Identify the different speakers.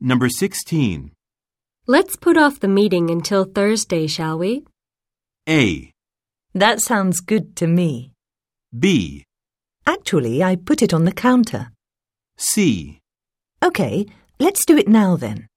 Speaker 1: Number 16.
Speaker 2: Let's put off the meeting until Thursday, shall we?
Speaker 1: A.
Speaker 3: That sounds good to me.
Speaker 1: B.
Speaker 3: Actually, I put it on the counter.
Speaker 1: C.
Speaker 3: OK, let's do it now then.